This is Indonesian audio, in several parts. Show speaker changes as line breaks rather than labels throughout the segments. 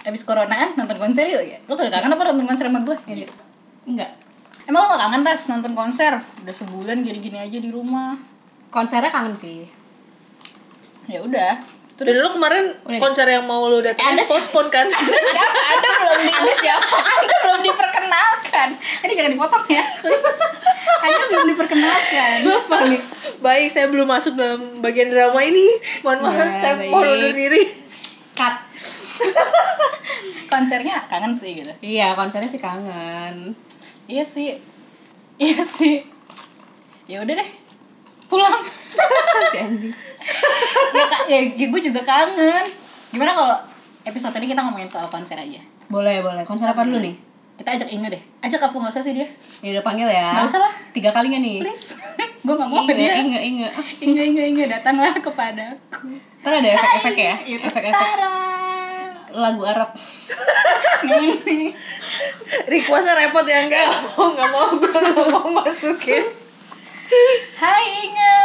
abis coronaan nonton konser yuk ya lo kagak kangen apa nonton konser sama gue ya, gitu.
Enggak.
emang lo gak kangen tas nonton konser udah sebulan gini-gini aja di rumah
Konsernya kangen sih.
ya udah
Dan
terus Oh,
lu kemarin
Udah.
konser yang mau lu
Eh,
datang
ada sih.
postpone kan?
ada ada belum di
Anda siapa?
Anda belum diperkenalkan ini jangan dipotong ya
Anda belum diperkenalkan. Siapa nih?
baik, saya belum masuk dalam bagian drama ini. Mohon
Nah,
maaf,
Ya,
saya mau
baik.
undur diri.
Cut.
konsernya kangen sih gitu
Iya, konsernya sih kangen.
iya sih iya sih ya udah deh pulang
Kan si anjing.
ya, Kak, ya, ya gue juga kangen gimana kalau episode ini kita ngomongin soal konser aja
Boleh, boleh. Konser apa dulu nih?
kita ajak Inge deh ajak apa nggak usah sih dia
Ya udah panggil ya.
Nggak usah lah.
Tiga kalinya nih.
please gue nggak mau
Inge,
dia
inge, inge.
Inge Inge Inge datanglah kepadaku
Ntar ada efek-efek ya.
itu
Efek-efek
setara
lagu Arab.
Nih.
Requestnya repot ya enggak? Nggak mau, enggak mau, gue nggak mau masukin.
Hai Inge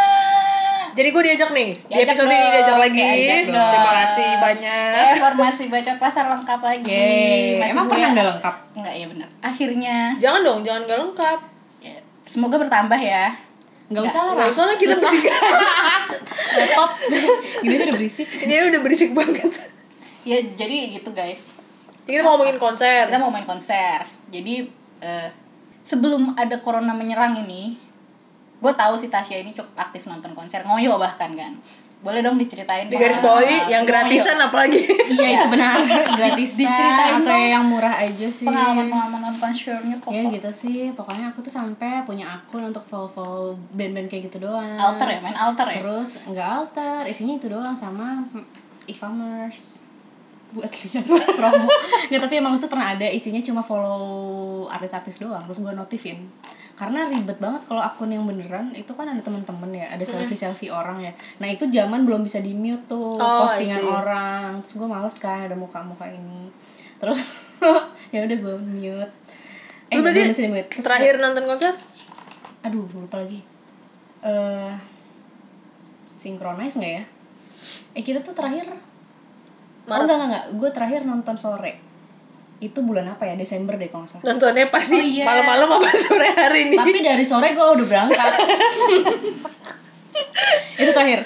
Jadi gue diajak nih. Di
Diajak
episode ini
dong,
diajak lagi.
diajak dong.
Terima kasih banyak.
saya informasi baca pasar lengkap lagi
Yeay.
Masih
Emang
gue-
pernah nggak lengkap?
Enggak ya benar akhirnya
Jangan dong, jangan gak lengkap.
ya, semoga bertambah ya
Nggak usah lah,
Nggak
Ras.
usah lah, kita
Susah.
bertiga.
Repot. Gini aja udah berisik.
Ini udah berisik banget.
ya jadi gitu guys
Jadi kita mau ngomongin konser.
kita mau main konser jadi eh, sebelum ada corona menyerang ini gue tahu si Tasya ini cukup aktif nonton konser ngoyo bahkan kan boleh dong diceritain
Di garis
Ah,
bawahi yang gratisan apalagi.
Iya, itu benar. Gratis
Diceritain
atau
dong.
yang murah aja sih.
pengalaman pengalaman nonton konsernya kok
Ya gitu sih, pokoknya aku tuh sampai punya akun untuk follow-follow band-band kayak gitu doang.
alter ya main alter ya
Terus nggak alter, isinya itu doang sama e-commerce buat lihat promo. Nggak tapi emang itu pernah ada isinya cuma follow artis-artis doang. Terus gue notifin. Karena ribet banget kalau akun yang beneran itu kan ada temen-temen ya, ada selfie-selfie orang ya. Nah itu zaman belum bisa di mute tuh
Oh, I
postingan
see.
orang. Terus gue males kan ada muka-muka ini. Terus ya udah gue mute. Eh,
Lu berarti
belum bisa di mute. Terus
Terakhir nonton konser?
aduh lupa lagi eh sinkronize nggak ya eh kita tuh terakhir oh enggak
Maret.
enggak enggak gue terakhir nonton sore itu bulan apa ya Desember deh kalau nggak salah
Nontonnya pasti
Oh, iya.
malam-malam apa sore hari ini.
tapi dari sore gue udah berangkat itu terakhir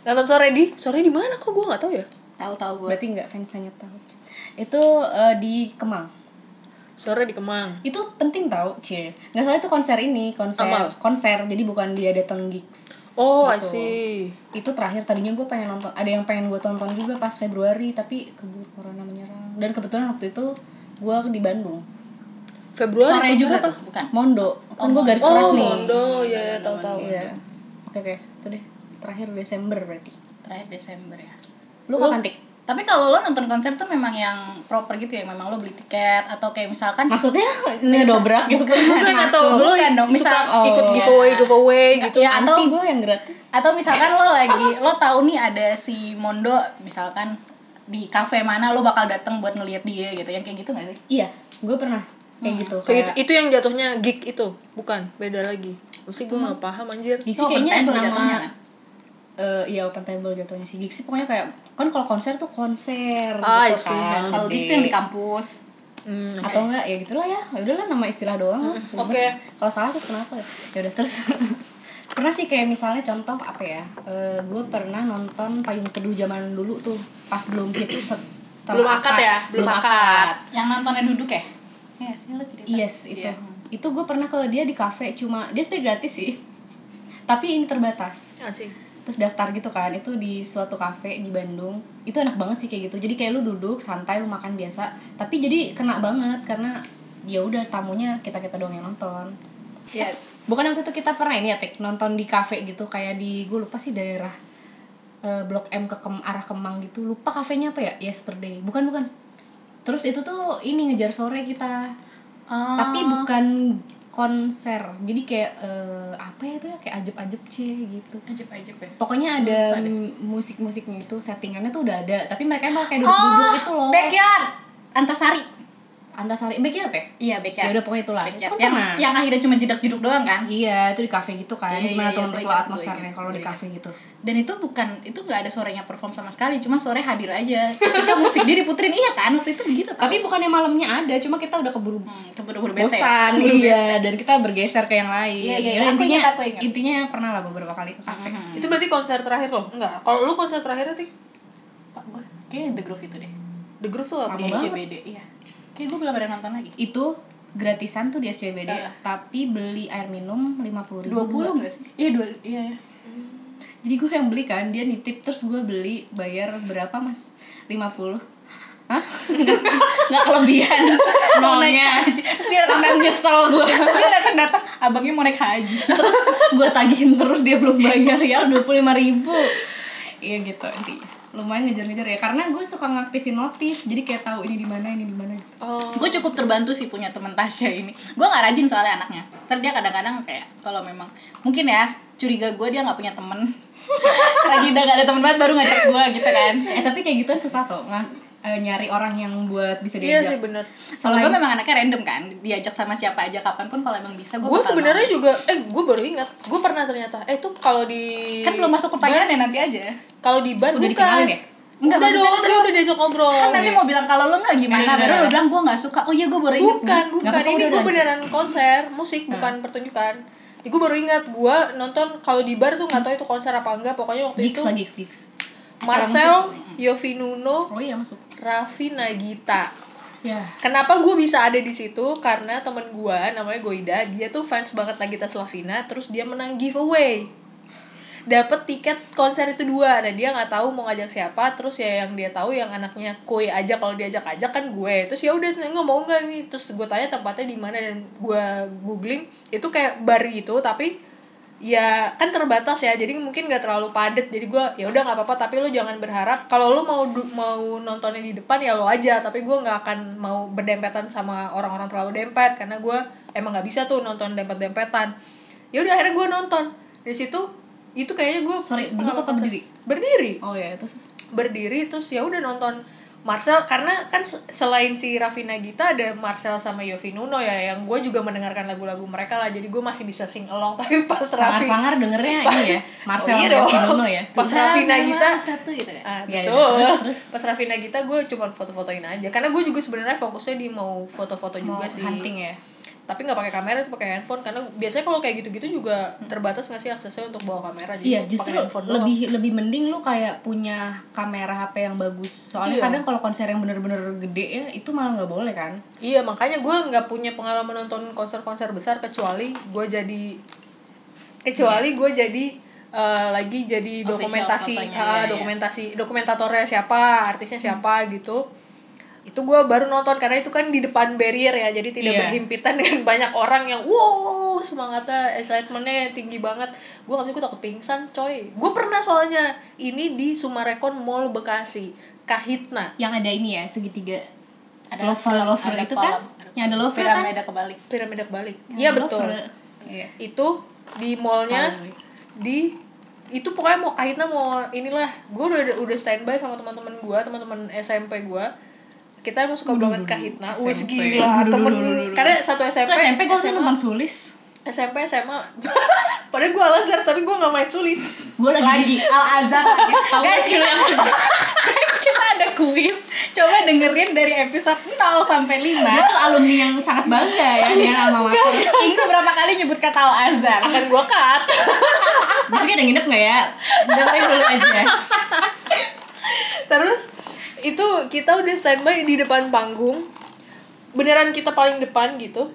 Nonton sore di? Sore di mana kok gue nggak tahu ya?
tahu-tahu gue
berarti nggak fansnya tahu itu eh, di Kemang
Sore di Kemang.
itu penting tau cie nggak salah itu konser ini konser
Amal.
konser jadi bukan dia datang gigs
Oh, I
gitu.
see.
itu terakhir tadinya gue pengen nonton ada yang pengen gue tonton juga pas Februari tapi keburu corona menyerang dan kebetulan waktu itu gue di Bandung
Februari
sore
konser
juga
apa?
tuh bukan
Mondo kan gue garis
Oh,
keras nih
Mondo, ya, tahu-tahu.
iya oke oke itu deh terakhir Desember berarti
terakhir Desember ya
lu kapan tik
tapi kalau lo nonton konser tuh memang yang proper gitu ya memang lo beli tiket atau kayak misalkan
maksudnya ngedobrak gitu kan
Bukan atau lo
bukan dong,
suka
misal-
oh.
ikut giveaway giveaway gitu.
ya
atau
atau
gue yang gratis
atau misalkan lo lagi lo tahu nih ada si Mondo misalkan di kafe mana lo bakal datang buat ngelihat dia gitu yang kayak gitu gak sih
iya gue pernah kayak gitu
Kayak
kayak
gitu. Itu yang jatuhnya gig itu, bukan beda lagi. Mesti gue nggak paham anjir.
Gigs
Itu open
kayaknya
table jatuhnya
nama
kan?
eh iya open table jatuhnya sih gigs sih pokoknya kayak kan kalau konser tuh konser
Ah, I
gitu
see.
kan
kalau
gede.
gigs tuh yang di kampus
Hmm.
atau enggak ya gitulah ya ya udahlah nama istilah doang lah.
Mm, oke.
kalau salah terus kenapa ya ya udah terus pernah sih kayak misalnya contoh apa ya gue pernah nonton payung teduh zaman dulu tuh pas belum hits setelah
Belum akad ya? Belum
belum
akad.
akad
yang nontonnya duduk ya Iya sih lo cerita
yes itu
Iya.
itu gue pernah ke dia di cafe cuma dia sebenarnya gratis sih tapi ini terbatas
Asik.
terus daftar gitu kan itu di suatu cafe di Bandung itu enak banget sih kayak gitu jadi kayak lu duduk santai lu makan biasa tapi jadi kena banget karena ya udah tamunya kita kita doang yang nonton
ya
Eh, bukan waktu itu kita pernah ini ya Tek, nonton di cafe gitu kayak di gue lupa sih daerah eh, blok M ke Kem- arah Kemang gitu lupa kafenya apa ya yesterday bukan bukan terus itu tuh ini ngejar sore kita
Ah,
tapi bukan konser jadi kayak eh, apa ya itu ya kayak ajeb-ajeb sih gitu
ajib ajib ya
pokoknya ada
Lupa deh.
m-
Oh,
musik-musiknya
ya?
itu settingannya tuh udah ada tapi mereka emang kayak duduk-duduk itu loh
backyard antasari
gitu Antasari backyard ya
Iya,
ya
backyard.
udah pokoknya itulah itu
Backyard.
kan
Yang,
pernah
yang akhirnya cuma jedak-jeduk doang kan?
iya itu di kafe gitu kan
ya. Iya,
gimana
iya,
tuh
iya,
untuk
gua
lo
ingat, gua
atmosfernya
ingat,
kalau di
gua
kafe gitu
Dan itu bukan itu nggak ada sorenya perform sama sekali, cuma sore hadir aja. Ketika musik dia diputerin iya kan? Waktu itu begitu tau.
tapi bukannya malamnya ada cuma kita udah keburu
hmm, keburu-buru bete.
bosan
Keburu
iya dan kita bergeser ke yang lain
Iya, iya,
Ya,
iya. Aku
intinya
ingat, aku ingat.
intinya pernah lah beberapa kali ke kafe
Mhm.
Itu berarti konser terakhir lo? Enggak. Kalau lu konser terakhir nanti
Pak gue kayaknya The Groove itu deh.
The Groove tuh
Lama
apa?
Di
banget.
SCBD, iya. Kayak gue belum ada nonton lagi.
itu gratisan tuh di SCBD
Ah.
tapi beli air minum lima puluh ribu
20 enggak sih? Iya, dua, iya. iya.
jadi gue yang beli kan dia nitip terus gue beli bayar berapa mas 50 Hah? Nggak kelebihan nolnya
Terus dia
Sampai nyesel gue
Dia datang-datang abangnya mau naik haji.
Terus gue tagihin terus dia belum bayar ya 25 ribu Iya gitu intinya Lumayan ngejar-ngejar ya Karena gue suka ngaktifin notif Jadi kayak tahu ini di mana ini di mana gitu.
Oh.
gue cukup terbantu sih punya teman Tasya ini gue nggak rajin soalnya anaknya ntar dia kadang-kadang kayak kalau memang mungkin ya curiga gue dia nggak punya temen lagi udah gak ada temen banget baru ngajak gue gitu kan
Eh tapi kayak gituan susah tuh nga- eh, Nyari orang yang buat bisa
Iya sih
diajak
bener.
kalau gue
Selain-
memang anaknya random kan diajak sama siapa aja kapanpun kalau emang bisa gue
Gue sebenarnya juga, eh gue baru ingat, gue pernah ternyata, eh tuh kalau di
kan belum masuk pertanyaannya nanti aja
kalau di bar
Udah
bukan.
dikenalin ya?
Enggak,
udah
maksudnya
dong, tadi udah diajak ngobrol.
kan nanti mau bilang kalau lo nggak gimana
Iya, iya,
baru
iya.
lo bilang gue nggak suka oh iya gue baru inget
bukan,
nih.
Nggak
bukan.
apa-apa,
Ini
udah
gue
lanjut. Nah.
beneran konser musik, bukan pertunjukan. Gue baru ingat, gue nonton kalau di bar tuh nggak tahu itu konser apa enggak. Pokoknya waktu
Gigs
itu
lagi gigs
Acara
Marcel,
musik.
Yofi Nuno,
Oh iya masuk
Raffi Nagita.
Ya
Iya. Kenapa gue bisa ada di situ? Karena temen gue namanya Goida, dia tuh fans banget Nagita Slavina, terus dia menang giveaway. Dapat tiket konser itu dua, nah dia nggak tahu mau ngajak siapa, terus ya yang dia tahu yang anaknya koi aja kalau diajak ajak kan gue. Terus ya udah nggak mau nggak nih, terus gue tanya tempatnya di mana dan gue googling itu kayak bar gitu, tapi ya kan terbatas ya jadi mungkin nggak terlalu padat jadi gue ya udah nggak apa-apa tapi lo jangan berharap kalau lo mau du- mau nontonnya di depan ya lo aja tapi gue nggak akan mau berdempetan sama orang-orang terlalu dempet karena gue emang nggak bisa tuh nonton dempet-dempetan ya udah akhirnya gue nonton di situ itu kayaknya gue
Sorry,
itu
duduk
pengalaman
apa
konser.
berdiri?
berdiri
Oh ya terus
berdiri terus ya udah nonton Marcel karena kan se- selain si Rafina Gita ada Marcel sama Yofi Nuno ya yang gue juga mendengarkan lagu-lagu mereka lah jadi gue masih bisa sing along tapi pas Raffi
Sangar-sangar dengernya ini ya Marcel
Oh iya
sama
dong.
Kimono ya
Pas
Tuhan,
Rafina
memang
Gita.
satu gitu kan
Ah,
Ya,
betul.
ya, terus, terus.
Pas Rafina Gita gue cuma foto-fotoin aja karena gue juga sebenarnya fokusnya di mau foto-foto
Mau
juga sih.
hunting ya
Tapi nggak pakai kamera tuh pakai handphone karena biasanya kalau kayak gitu-gitu juga terbatas nggak sih aksesnya untuk bawa kamera
Hmm.
jadi
Iya
pakai
justru
handphone doang.
lebih lebih mending lu kayak punya kamera HP yang bagus soalnya
Iya.
kadang kalau konser yang bener-bener gede ya itu malah nggak boleh kan
Iya makanya gue nggak punya pengalaman nonton konser-konser besar kecuali gue jadi eh, kecuali gue jadi eh, lagi jadi
Official
dokumentasi
fotonya,
ah,
iya, iya.
dokumentasi dokumentatornya siapa artisnya siapa gitu itu gue baru nonton karena itu kan di depan barrier ya jadi tidak
Iya.
berhimpitan dengan banyak orang yang wow semangatnya excitementnya tinggi banget gue nggak bisa gue takut pingsan coy gue pernah soalnya ini di Sumarekon Mall Bekasi Kahitna
yang ada ini ya segitiga
Ada
lover
kolam,
lover
ada
itu
kolam,
kan
ada
yang ada lover kan
piramida kebalik
piramida balik
Yang
iya
Ya,
ada
betul
lover. Iya.
itu di mallnya
Oh, iya.
di itu pokoknya mau kahitna mau inilah gue udah udah standby sama teman-teman gue teman-teman SMP gue kita emang suka banget kahitna wis
SMP.
gila
Duh,
temen
duh, duh, duh, duh.
karena satu SMP
Itu SMP gue tuh
SMA,
nonton sulis
SMP SMA padahal gue alasan tapi gue nggak main sulis
gue lagi,
lagi Al Azhar lagi guys
sih lu yang sedih.
guys kita ada kuis coba dengerin dari episode 0 sampai 5
Dia tuh alumni yang sangat bangga ya
Iya,
dengan alma mater
Minggu berapa kali nyebut kata Al Azhar
akan gue Kan cut
Besoknya ada nginep nggak ya? Dengerin dulu aja
Iya, terus itu kita udah standby di depan panggung beneran kita paling depan gitu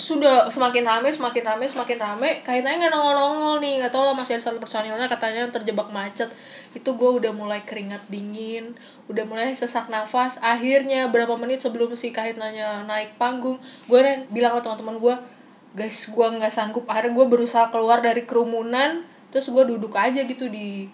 sudah semakin rame semakin rame semakin rame kaitannya nggak nongol nongol nih nggak tahu lah masih ada satu personilnya katanya terjebak macet itu gue udah mulai keringat dingin udah mulai sesak nafas akhirnya berapa menit sebelum si kahitnanya naik panggung gue bilang ke teman-teman gue guys gue nggak sanggup akhirnya gue berusaha keluar dari kerumunan terus gue duduk aja gitu di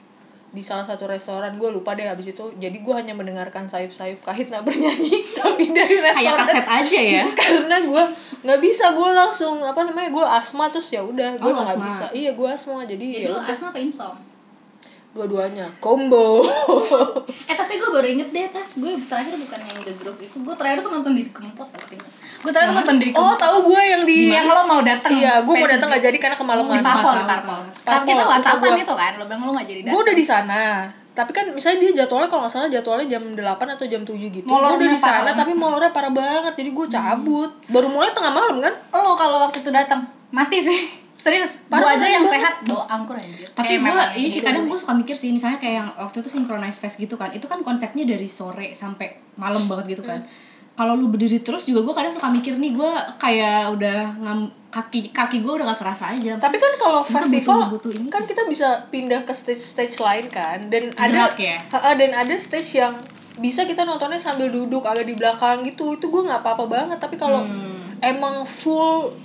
di salah satu restoran gue lupa deh habis itu jadi gue hanya mendengarkan sayup-sayup kahitna bernyanyi tapi dari
Kayak
restoran
kaset aja ya
karena gue nggak bisa gue langsung apa namanya gue asma terus ya udah gue
Oh, lu
nggak
asma.
bisa iya gue asma jadi
Jadi
ya
lu
udah.
asma apa insom?
Dua-duanya combo.
Eh tapi gue baru inget deh tas Gue terakhir bukan yang The Grove itu Gue terakhir tuh nonton Didi Kempot tapi Gue terakhir tuh nonton Didi
oh,
Kempot
tahu gue yang di
Yang lo mau datang
Iya, gue mau
Pengen-
datang gak jadi karena
Di
kemalaman.
Parpol, di
Parpol.
Parpol Tapi
Parpol,
lo whatsappan
gua-
itu kan Lo bilang lo gak jadi
gue
datang
udah di sana tapi kan misalnya dia jadwalnya kalau nggak salah jadwalnya jam 8 atau jam 7 gitu gue
Molornya
udah di
parah
sana tapi molornya parah banget jadi gue cabut baru mulai tengah malam kan
Lo kalau waktu itu datang Mati sih Serius Gue
Parah
aja
banget.
yang sehat Doa angkur anjir
tapi
Kayak
gue
memang
ini sih kadang
gitu.
gue suka mikir sih misalnya kayak yang waktu itu synchronize fest gitu kan itu kan konsepnya dari sore sampai malam banget gitu kan
Hmm.
kalau lu berdiri terus juga gue kadang suka mikir nih gue kayak udah ngam, kaki kaki gue udah gak kerasa aja
tapi kan kalau
Mungkin
festival
butuh- butuh ini.
kan kita bisa pindah ke stage stage lain kan dan ada
Gerak ya?
Ha-ha, dan ada stage yang bisa kita nontonnya sambil duduk agak di belakang gitu itu gue nggak apa-apa banget tapi kalau
Hmm.
emang full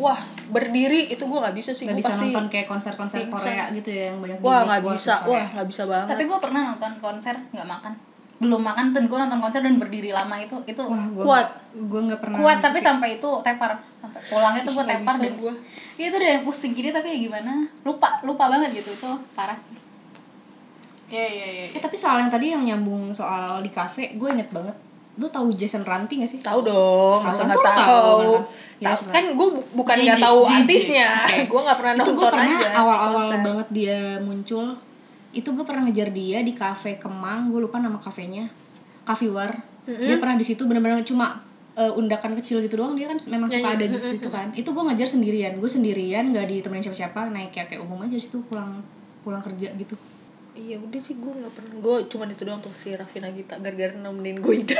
wah berdiri itu gue nggak bisa sih
nggak
gue
bisa
pasti
nonton kayak konser-konser
pingsan.
Korea gitu ya yang banyak
wah
gimmick,
nggak
wah,
bisa
susah
wah
ya.
nggak bisa banget
Tapi gue pernah nonton konser nggak makan belum makan dan gue nonton konser dan berdiri lama itu itu
wah gua,
Kuat.
gue nggak pernah
kuat tapi sampai itu tepar sampai pulangnya tuh gue
Nggak
tepar
bisa
dan
gua.
ya itu udah yang pusing gini tapi ya gimana lupa lupa banget gitu itu parah sih Iya iya iya
eh, tapi soal yang tadi yang nyambung soal di kafe gue inget banget lu tahu Jason Ranti gak sih
Tahu dong,
Tahu,
masa
kan lu
nggak
tahu,
tahu.
kan? Ya,
Tahu.
sebenarnya.
kan gue bukan
Jijik,
nggak tahu
jijik.
artisnya. Gue nggak pernah
itu gue
nonton
pernah
aja.
awal-awal
konser.
banget dia muncul itu gue pernah ngejar dia di kafe Kemang gue lupa nama kafenya Cafe War dia pernah di situ benar-benar cuma eh, undakan kecil gitu doang dia kan memang suka ada di situ kan itu gue ngejar sendirian gue sendirian gak ditemenin siapa-siapa naik kayak kayak umum aja di situ pulang pulang kerja gitu
Iya udah sih gue nggak pernah. Gue cuman itu doang tuh si Raffi Nagita gara-gara nemenin gue Ida.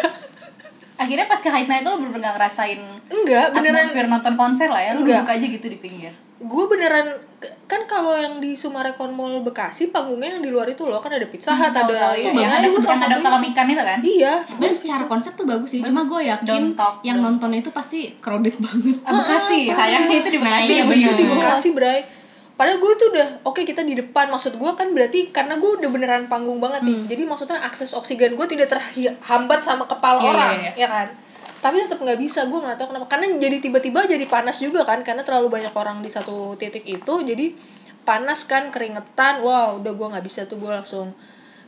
akhirnya pas ke Hype Night itu lo bener-bener nggak ngerasain
Enggak, beneran.
atmosfer nonton konser lah ya lo
Enggak.
duduk aja gitu di pinggir
Gue beneran kan kalau yang di Summarecon Mall Bekasi panggungnya yang di luar itu loh kan ada pizza hut
Tahu-tahu
ada Iya.
ya,
iya.
yang ada
itu banget Gua
yang
sama
ada
dia.
kolam ikan itu kan
Iya,
dan secara konsep tuh bagus sih cuma gue
Don't
yakin
talk,
yang nontonnya itu pasti crowded banget
Ah, Bekasi sayangnya itu di
Nah,
Bekasi
iya,
bener.
bener.
di Bekasi Bray. Padahal gue tuh udah oke kita di depan maksud gue kan berarti karena gue udah beneran panggung banget nih.
Hmm.
Jadi maksudnya akses oksigen gue tidak terhambat sama kepala
Iya,
orang,
iya,
ya kan? Tapi tetap nggak bisa, gue nggak tahu kenapa. Karena jadi tiba-tiba jadi panas juga kan, karena terlalu banyak orang di satu titik itu, jadi panas kan keringetan. Wow, udah gue nggak bisa tuh gue langsung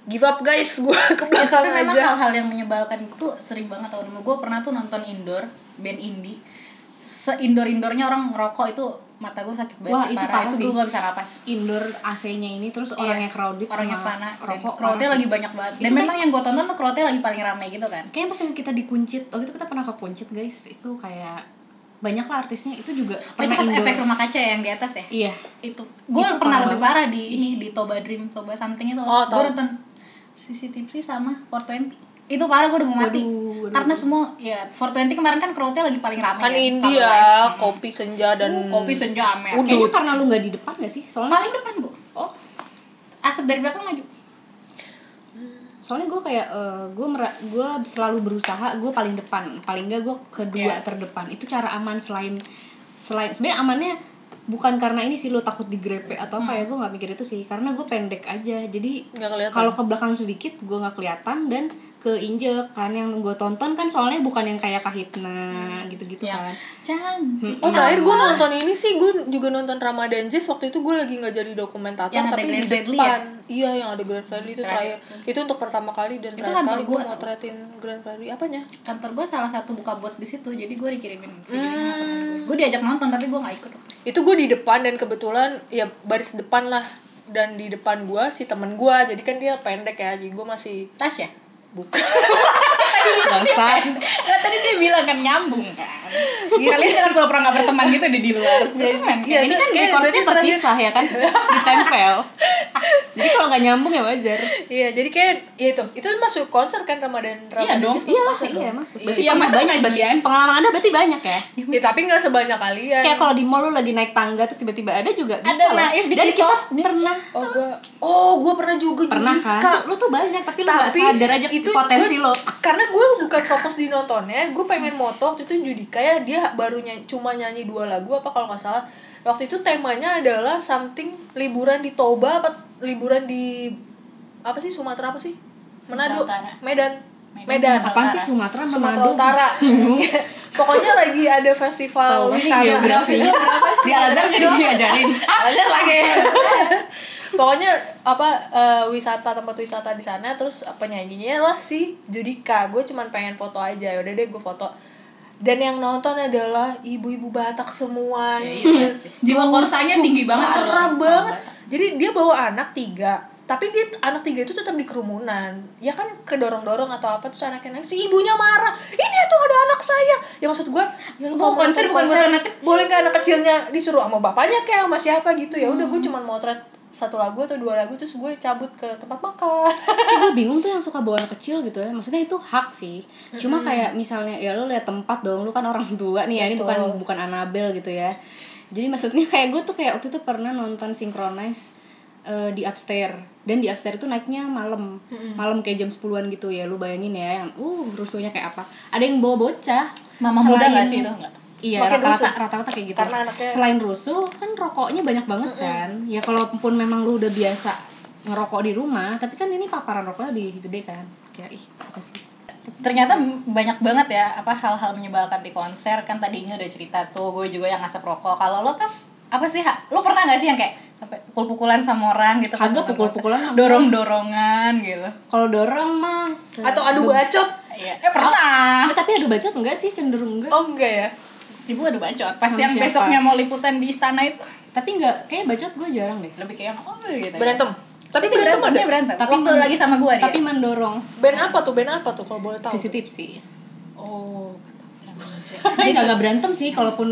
give up guys, gue ke belakang
tapi memang
aja.
hal-hal yang menyebalkan itu sering banget tahun gue pernah tuh nonton indoor band indie se indoor indoornya orang ngerokok itu mata gue sakit banget
Wah,
sih
itu
parah
parah
itu
sih.
gue gak bisa napas
indoor AC-nya ini terus orangnya crowded
orangnya
sama
panas dan
rokok
crowdnya
parah sih.
lagi banyak banget dan
Itu kan-
memang yang gue tonton tuh crowdnya lagi paling ramai gitu kan
kayaknya pas yang kita dikuncit waktu itu kita pernah ke kuncit guys itu kayak banyak lah artisnya itu juga
oh, itu
pernah
pas
indoor.
efek rumah kaca ya yang di atas ya
iya
itu gue
Itu
pernah
parah
lebih parah di ini di Toba Dream Toba something itu gue
Oh, tau.
nonton CCTV sama 420 itu parah gue udah mau mati
Waduh, waduh,
karena semua ya 420 kemarin kan crowdnya lagi paling ramai
Kan
Iya,
ya,
India,
kalau live.
kopi senja
Uh,
dan
kopi senja ame
Udah.
kayaknya karena lu nggak di depan gak sih soalnya
paling depan bu
oh
asap dari belakang maju
soalnya gue kayak eh, gue gue selalu berusaha gue paling depan paling nggak gue
Iya.
kedua terdepan itu cara aman selain selain sebenarnya amannya bukan karena ini sih lu takut digrepe atau
Hmm.
apa ya gue nggak mikir itu sih karena gue pendek aja jadi
nggak kelihatan.
kalau ke belakang sedikit gue nggak kelihatan dan keinjek kan yang gue tonton kan soalnya bukan yang kayak kahitna
Hmm,
gitu-gitu
Iya.
kan
cantik
Oh terakhir gue nonton ini sih gue juga nonton Ramadan Jazz waktu itu gue lagi nggak jadi dokumentator
Yang ada
tapi di
Glenn Fredly
depan
ya?
iya yang ada Grand Fredly itu terakhir,
Terakhir.
itu untuk pertama kali dan terakhir
kantor
kali gue
gua
mau
tau.
treatin Grand Fredly apanya
kantor gue salah satu buka buat di situ jadi gue dikirimin
Hmm.
videonya gue diajak nonton tapi gue nggak ikut
itu gue di depan dan kebetulan ya baris depan lah dan di depan gue si temen gue jadi kan dia pendek ya jadi gue masih
tas ya
buka Iya,
bangsat
Lah, tadi dia bilang kan nyambung kan kalian jangan pura-pura nggak berteman gitu deh di luar Jangan,
iya,
ini
itu
kan
kayak
recordnya
berarti terakhir-
terpisah ya kan
ditempel jadi kalau nggak nyambung ya wajar
iya jadi kayak ya itu itu masuk konser kan Ramadan Ramadan
dong,
Jazz masuk
iyalah
konser
iya
dong?
masuk
Iya.
berarti
Iya,
pengalaman
masuk
banyak berarti
pengajian.
pengalaman anda berarti banyak ya
Ya, tapi nggak sebanyak kalian
kayak kalau di mall lu lagi naik tangga terus tiba-tiba ada juga bisa
Ada
nah,
lah
naif di
dan kita
Citos, di-
pernah
oh gue oh gue pernah juga
pernah kan
Judika.
Tuh, lu tuh banyak tapi lu nggak
Tapi
sadar aja
itu
potensi
gua-
lo
karena gue bukan fokus di nontonnya gue pengen moto waktu itu Judika ya dia baru ny- cuma nyanyi dua lagu apa kalau nggak salah waktu itu temanya adalah something liburan di Toba apa liburan di apa sih Sumatera apa sih Manado
Utara.
Medan
Medan,
Medan
Sumatera.
apaan sih Sumatera
Sumatera
Manado
Utara pokoknya lagi ada
Oh, iya.
festival
Tahu, ini
wisata
geografi.
Geografi.
di Al Azhar nggak diajarin
Belajar lagi. pokoknya apa eh, wisata tempat wisata di sana terus eh, penyanyinya lah si Judika gue cuman pengen foto aja Ya udah deh gue foto dan yang nonton adalah ibu-ibu Batak semua
Ya, iya, pasti. Jiwa korsanya tinggi banget kalau
parah
sama
banget
Batak.
jadi dia bawa anak tiga tapi dia anak tiga itu tetap di kerumunan ya kan kedorong-dorong atau apa terus anaknya nangis si ibunya marah ini tuh ada anak saya ya maksud gue ya lu
Mau
kalau
konser
mau
bukan buat anak kecil.
boleh ke anak kecilnya disuruh sama bapaknya kayak sama siapa gitu ya udah gue cuman motret satu lagu atau dua lagu terus gue cabut ke tempat makan
Tapi gue bingung tuh yang suka bawa anak kecil gitu ya maksudnya itu hak sih cuma kayak misalnya ya lu lihat tempat dong lu kan orang tua nih ya ini bukan
Betul.
bukan Anabel gitu ya jadi maksudnya kayak gue tuh kayak waktu itu pernah nonton synchronize eh, di upstairs dan di upstairs tuh naiknya malam malam kayak jam 10-an gitu ya lu bayangin ya yang uh rusuhnya kayak apa ada yang bawa bocah
Mama muda
Selain-
nggak sih itu enggak?
Iya,
Semakin rusuh.
rata-rata rata-rata kayak gitu.
Karena anaknya-
Selain rusuh, kan rokoknya banyak banget kan. Ya kalaupun memang lu udah biasa ngerokok di rumah, tapi kan ini paparan rokoknya lebih gede kan. Kayak ih, apa sih?
ternyata m- banyak banget ya apa hal-hal menyebalkan di konser kan tadinya udah cerita tuh gue juga yang ngasap rokok kalau lo tas apa sih Ha? lo pernah nggak sih yang kayak sampai pukul-pukulan sama orang gitu pas
Kagak
nonton
pukul-pukulan
konser?
sama
dorong-dorongan gitu
Kalau dorong mas Ah,
atau adu bacot
iya eh pernah
tapi adu bacot enggak sih cenderung enggak.
oh enggak ya
ibu aduh bacot pas
Sama
yang
siapa?
besoknya mau liputan di istana itu
Tapi enggak kayak bacot gue jarang deh.
lebih kayak yang, oh gitu ya.
berantem tapi
Dia
berantem
berantem
ada
dia berantem
Tapi
waktu
men-
lagi sama gue dia
Tapi mendorong
band apa tuh band apa tuh kalau boleh Iya. tahu
sisi tipsi.
oh
Sebenarnya nggak- nggak berantem sih, kalaupun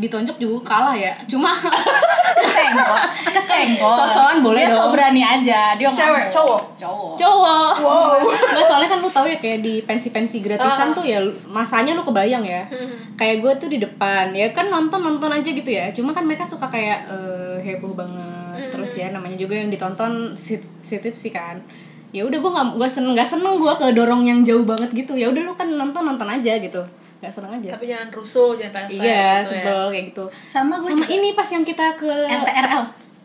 ditonjok juga kalah ya. Cuma
kesenggol kesenggol
Sosokan boleh
dia sok
dong.
berani aja dia ngomong.
Cewek, cowok?
cowok
cowok.
wow
Nggak, soalnya kan lu tahu ya kayak di pensi-pensi gratisan
Ah.
tuh ya masanya lu kebayang ya. Kayak gue tuh di depan ya kan nonton-nonton aja gitu ya. Cuma kan mereka suka kayak eh, heboh banget. Terus ya namanya juga yang ditonton sitip sih kan. Ya udah gue nggak gue seneng nggak seneng gue ke dorong yang jauh banget gitu. Ya udah lu kan nonton nonton aja gitu. Nggak seneng aja.
tapi jangan rusuh jangan kasar
iya
gitu ya.
sebel kayak gitu.
sama gue
Sama ini pas yang kita ke
NTRL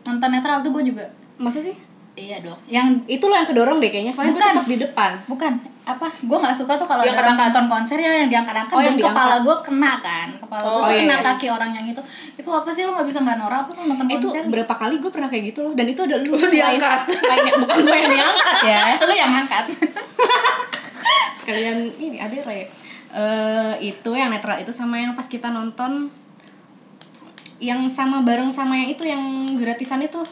nonton netral tuh gue juga
masa sih?
iya dong yang
Itu lo yang kedorong deh kayaknya. Soalnya gue
Bukan.
tetap di depan.
bukan apa gue nggak suka tuh kalau
Yang
ada orang
kadang-
nonton konser ya yang diangkat-angkat
Oh,
dan
yang diangkat.
kepala gue kena kan kepala gue
Oh,
tuh
iya,
kena
iya.
kaki orang yang itu itu apa sih lo nggak bisa nggak norak apa tuh nonton
Eh, itu
konser
berapa kali gue pernah kayak gitu loh dan itu ada lu
Lu
selain,
diangkat.
selain bukan gue yang diangkat ya
lo yang angkat
kalian ini ada re Eh, itu yang netral itu sama yang pas kita nonton yang sama bareng sama yang itu yang gratisan itu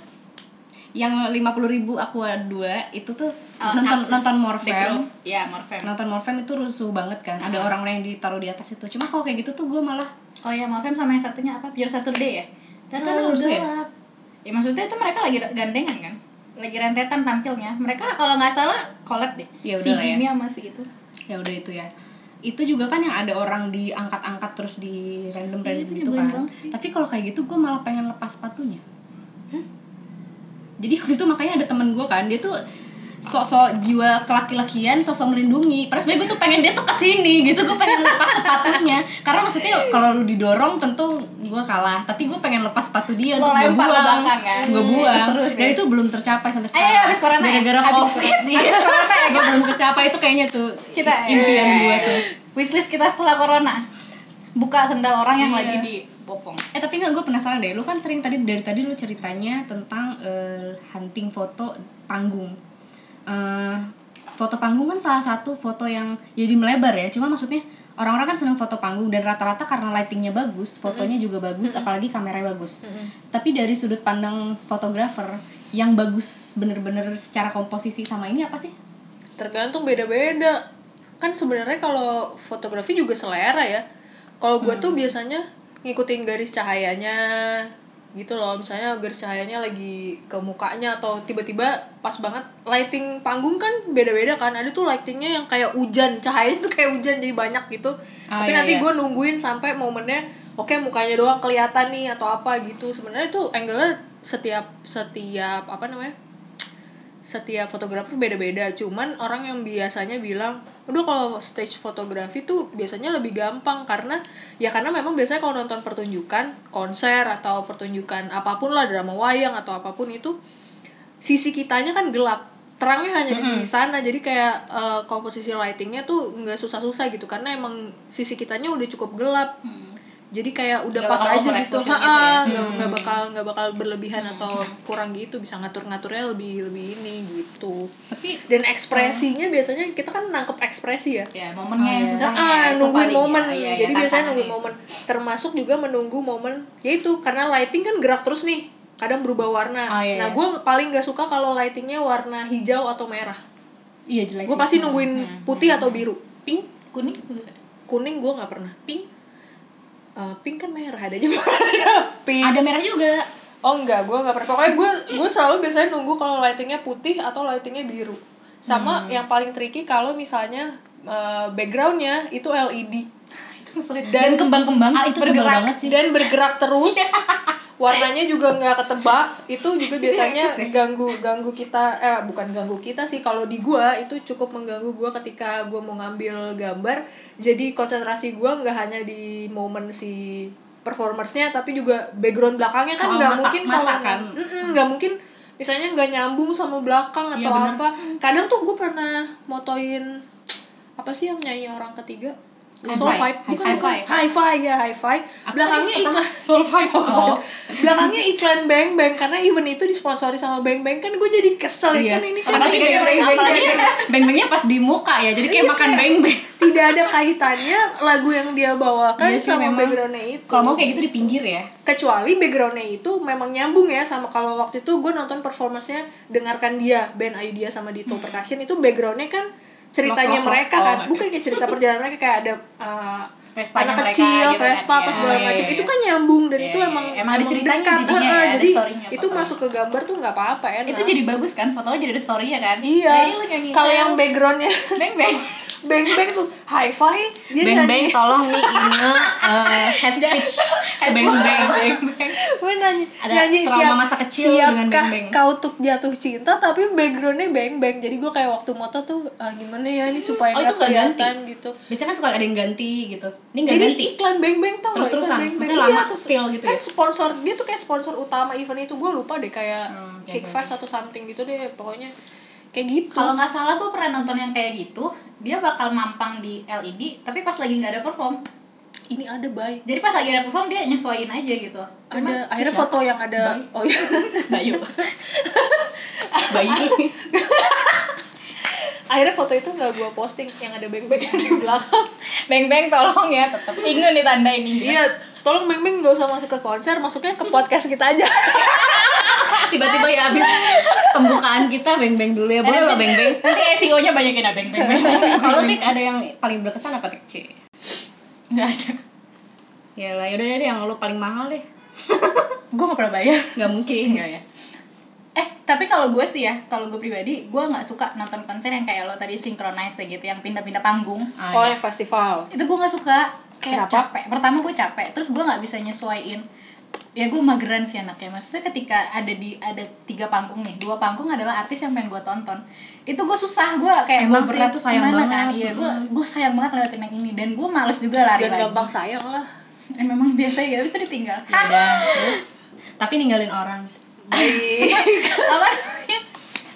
yang lima puluh ribu aku dua itu tuh
Oh,
nonton
Axis.
nonton
The
Morfem
Group. ya Morfem
nonton Morfem itu rusuh banget kan ada orang-orang yang ditaruh di atas itu cuma kalau kayak gitu tuh gue malah
oh ya Morfem sama yang satunya apa Pure Saturday ya
terlalu
udah
gelap.
ya maksudnya itu mereka lagi gandengan kan lagi rentetan tampilnya mereka kalau nggak salah collab deh
Ya
si
udah lah ya.
Jimmy sama si itu
ya udah itu ya itu juga kan yang ada orang diangkat-angkat terus di random
Iya,
random
itu
gitu
nyebelin
kan
banget sih.
tapi kalau kayak gitu gue malah pengen lepas sepatunya jadi waktu itu makanya ada temen gue kan dia tuh sok-sok jiwa kelaki-lakian sok-sok melindungi padahal sebenernya gue tuh pengen dia tuh kesini gitu gue pengen lepas sepatunya karena maksudnya kalau lu didorong tentu gue kalah tapi gue pengen lepas sepatu dia
Lo lempar ke
untuk gue buang
belakang kan?
gue
Hmm,
buang
terus
dan
ya.
itu belum tercapai sampai sekarang
Eh, habis corona ya?
gara-gara
Habis
covid iya gue belum tercapai itu kayaknya tuh
kita ya, eh,
impian gue tuh
wishlist kita setelah corona buka sendal orang yang
Iya.
lagi di bopong
Eh tapi nggak gue penasaran deh, lu kan sering tadi dari tadi lu ceritanya tentang eh, hunting foto panggung. Eh, foto panggung kan salah satu foto yang jadi melebar ya. Cuma maksudnya orang-orang kan seneng foto panggung dan rata-rata karena lightingnya bagus, fotonya juga bagus, apalagi kameranya bagus. Tapi dari sudut pandang fotografer yang bagus bener-bener secara komposisi sama ini apa sih?
tergantung beda-beda kan sebenarnya kalau fotografi juga selera ya kalau
Hmm.
gue tuh biasanya ngikutin garis cahayanya gitu loh misalnya garis cahayanya lagi ke mukanya atau tiba-tiba pas banget lighting panggung kan beda-beda kan ada tuh lightingnya yang kayak hujan cahayanya tuh kayak hujan jadi banyak gitu
Ah,
tapi
iya,
nanti
iya.
gue nungguin sampai momennya oke mukanya doang kelihatan nih atau apa gitu sebenarnya tuh angle setiap setiap apa namanya setiap fotografer beda-beda cuman orang yang biasanya bilang udah kalau stage fotografi tuh biasanya lebih gampang karena ya karena memang biasanya kalau nonton pertunjukan konser atau pertunjukan apapun lah drama wayang atau apapun itu sisi kitanya kan gelap terangnya hanya di sisi sana jadi kayak eh, komposisi lightingnya tuh nggak susah-susah gitu karena emang sisi kitanya udah cukup gelap jadi kayak udah
Nggak
pas
bakal
aja gitu
over-exposure gitu ya. Hmm.
Ha-ha, nggak nggak bakal nggak bakal berlebihan atau kurang gitu bisa ngatur ngaturnya lebih lebih ini gitu
tapi
dan
hmm.
ekspresinya biasanya kita kan nangkep ekspresi ya
ya momennya yang susahnya
Ah,
itu
nungguin
paling ya.
momen.
Iya, iya,
Jadi biasanya
tantangannya
nungguin
itu.
momen. Termasuk juga menunggu momen yaitu karena lighting kan gerak terus nih. Kadang berubah warna.
Oh, iya,
Nah,
iya.
gue paling gak suka kalau lightingnya warna hijau atau merah.
iya jelek
Gue
sih.
pasti
Hmm,
nungguin putih atau biru.
pink
kuning bagus ya?
Kuning gue nggak pernah.
pink
Eh, pink kan merah adanya warna pink.
ada merah juga
Oh enggak, gue nggak pernah. Pokoknya gue gue selalu biasanya nunggu kalau lightingnya putih atau lightingnya biru. Sama yang paling tricky kalau misalnya eh, backgroundnya itu E LED.
dan, kembang-kembang
ah itu sebel banget sih
dan bergerak terus warnanya juga nggak ketebak itu juga
Iya,
biasanya ganggu ganggu kita eh bukan ganggu kita sih kalau di gua itu cukup mengganggu gua ketika gua mau ngambil gambar jadi konsentrasi gua nggak hanya di momen si performersnya tapi juga background belakangnya kan
Soal
nggak
mata-
mungkin
mata
kalau
kan.
Mm-mm, nggak mungkin misalnya nggak nyambung sama belakang atau
Iya, bener.
apa kadang tuh gue pernah motoin apa sih yang nyanyi orang ketiga
Hi-fi.
Soul Vibe bukan
Hi-fi.
bukan hi-fi ya hi-fi belakangnya iklan
Sulfite
oh
belakangnya iklan Bang Bang karena event itu disponsori sama Bang Bang kan gue jadi kesel
iya
ya kan ini kan
apalagi
tidak ada-
beng apalagi beng-bengnya pas di muka ya jadi kayak makan
Iya.
beng-beng
tidak ada kaitannya lagu yang dia bawakan
Iya sih,
sama
memang.
backgroundnya itu
kalau mau kayak gitu di pinggir ya
kecuali backgroundnya itu memang nyambung ya sama kalau waktu itu gue nonton performance-nya dengarkan dia band Ayu Dia sama Dito Percussion itu backgroundnya kan
Love,
ceritanya
love,
mereka
love.
kan
Hmm. Oh, my
bukan kayak cerita perjalanan mereka kayak ada uh,
Vespanya
anak
mereka
kecil
gitu kan,
Vespa apa
iya.
segala
Iya, iya,
macam
iya.
itu kan nyambung dan
Iya,
itu
iya,
emang
iya. Emang ada ceritanya jadinya
Ah, ah,
ya, ada
jadi
story-nya,
itu
foto.
masuk ke gambar tuh nggak apa-apa enak
itu jadi bagus kan fotonya jadi ada story-nya kan
iya
Nah, ini lu nyanyi.
kalau yang backgroundnya
beng beng
bang bang tuh high five dia nyanyi
beng-beng tolong nih ini eh, head
Iya.
speech beng-beng
beng
gue nyanyi
Ada
nyanyi
trauma
siap
masa kecil dengan
siapkah
Beng Beng.
kau untuk jatuh cinta tapi backgroundnya beng beng jadi gue kayak waktu moto tuh ah, gimana ya ini supaya
Oh, itu
nggak
nggak ganti?
kelihatan gitu
biasanya kan suka ada yang ganti gitu ini nggak
jadi
ganti
iklan beng beng tau nggak,
Terus-terusan?
iklan Beng Beng.
Maksudnya lama, spill gitu
kan
ya?
sponsor dia tuh kayak sponsor utama event itu gue lupa deh kayak
Hmm, kayak
kick fest atau something gitu deh pokoknya kayak gitu
kalau nggak salah gue pernah nonton yang kayak gitu dia bakal mampang di LED tapi pas lagi nggak ada perform
ini ada bay
jadi pas lagi ada perform dia nyesuaiin aja gitu
ada akhirnya foto yang ada oh iya
Bayu Bayu
akhirnya foto itu nggak gue posting yang ada beng beng di belakang
beng beng tolong ya tetap ingat nih tanda ini
Iya, tolong Meng Meng gak usah masuk ke konser, masuknya ke podcast kita aja.
tiba-tiba ya abis pembukaan kita beng-beng dulu ya boleh
Ada
nggak beng-beng
nanti SEO nya banyakin ah, beng beng beng beng.
kalau tik ada yang paling berkesan apa tik c
nggak ada
ya lah yaudah deh yang lo paling mahal deh
gue nggak pernah bayar
nggak mungkin
Enggak ya. Eh, tapi kalau gue sih ya, kalau gue pribadi, gue nggak suka nonton konser yang kayak lo tadi synchronize gitu, yang pindah-pindah panggung.
Ah,
Oh,
iya.
yang festival.
Itu gue nggak suka. Kayak
Kenapa?
capek. Pertama gue capek, terus gue nggak bisa nyesuaiin. Ya gue mageran sih anaknya. Maksudnya ketika ada di ada tiga panggung nih, dua panggung adalah artis yang pengen gue tonton. Itu gue susah, gue kayak
Emang
mau
sih
berlari
itu sayang
kemana
banget. Hmm.
Kan? Iya, gue gue sayang banget lewatin yang ini dan gue males juga lari
Dan
lagi.
gampang sayang lah.
Eh, memang biasa ya, habis itu ditinggal. Hah?
udah terus tapi ninggalin orang
apa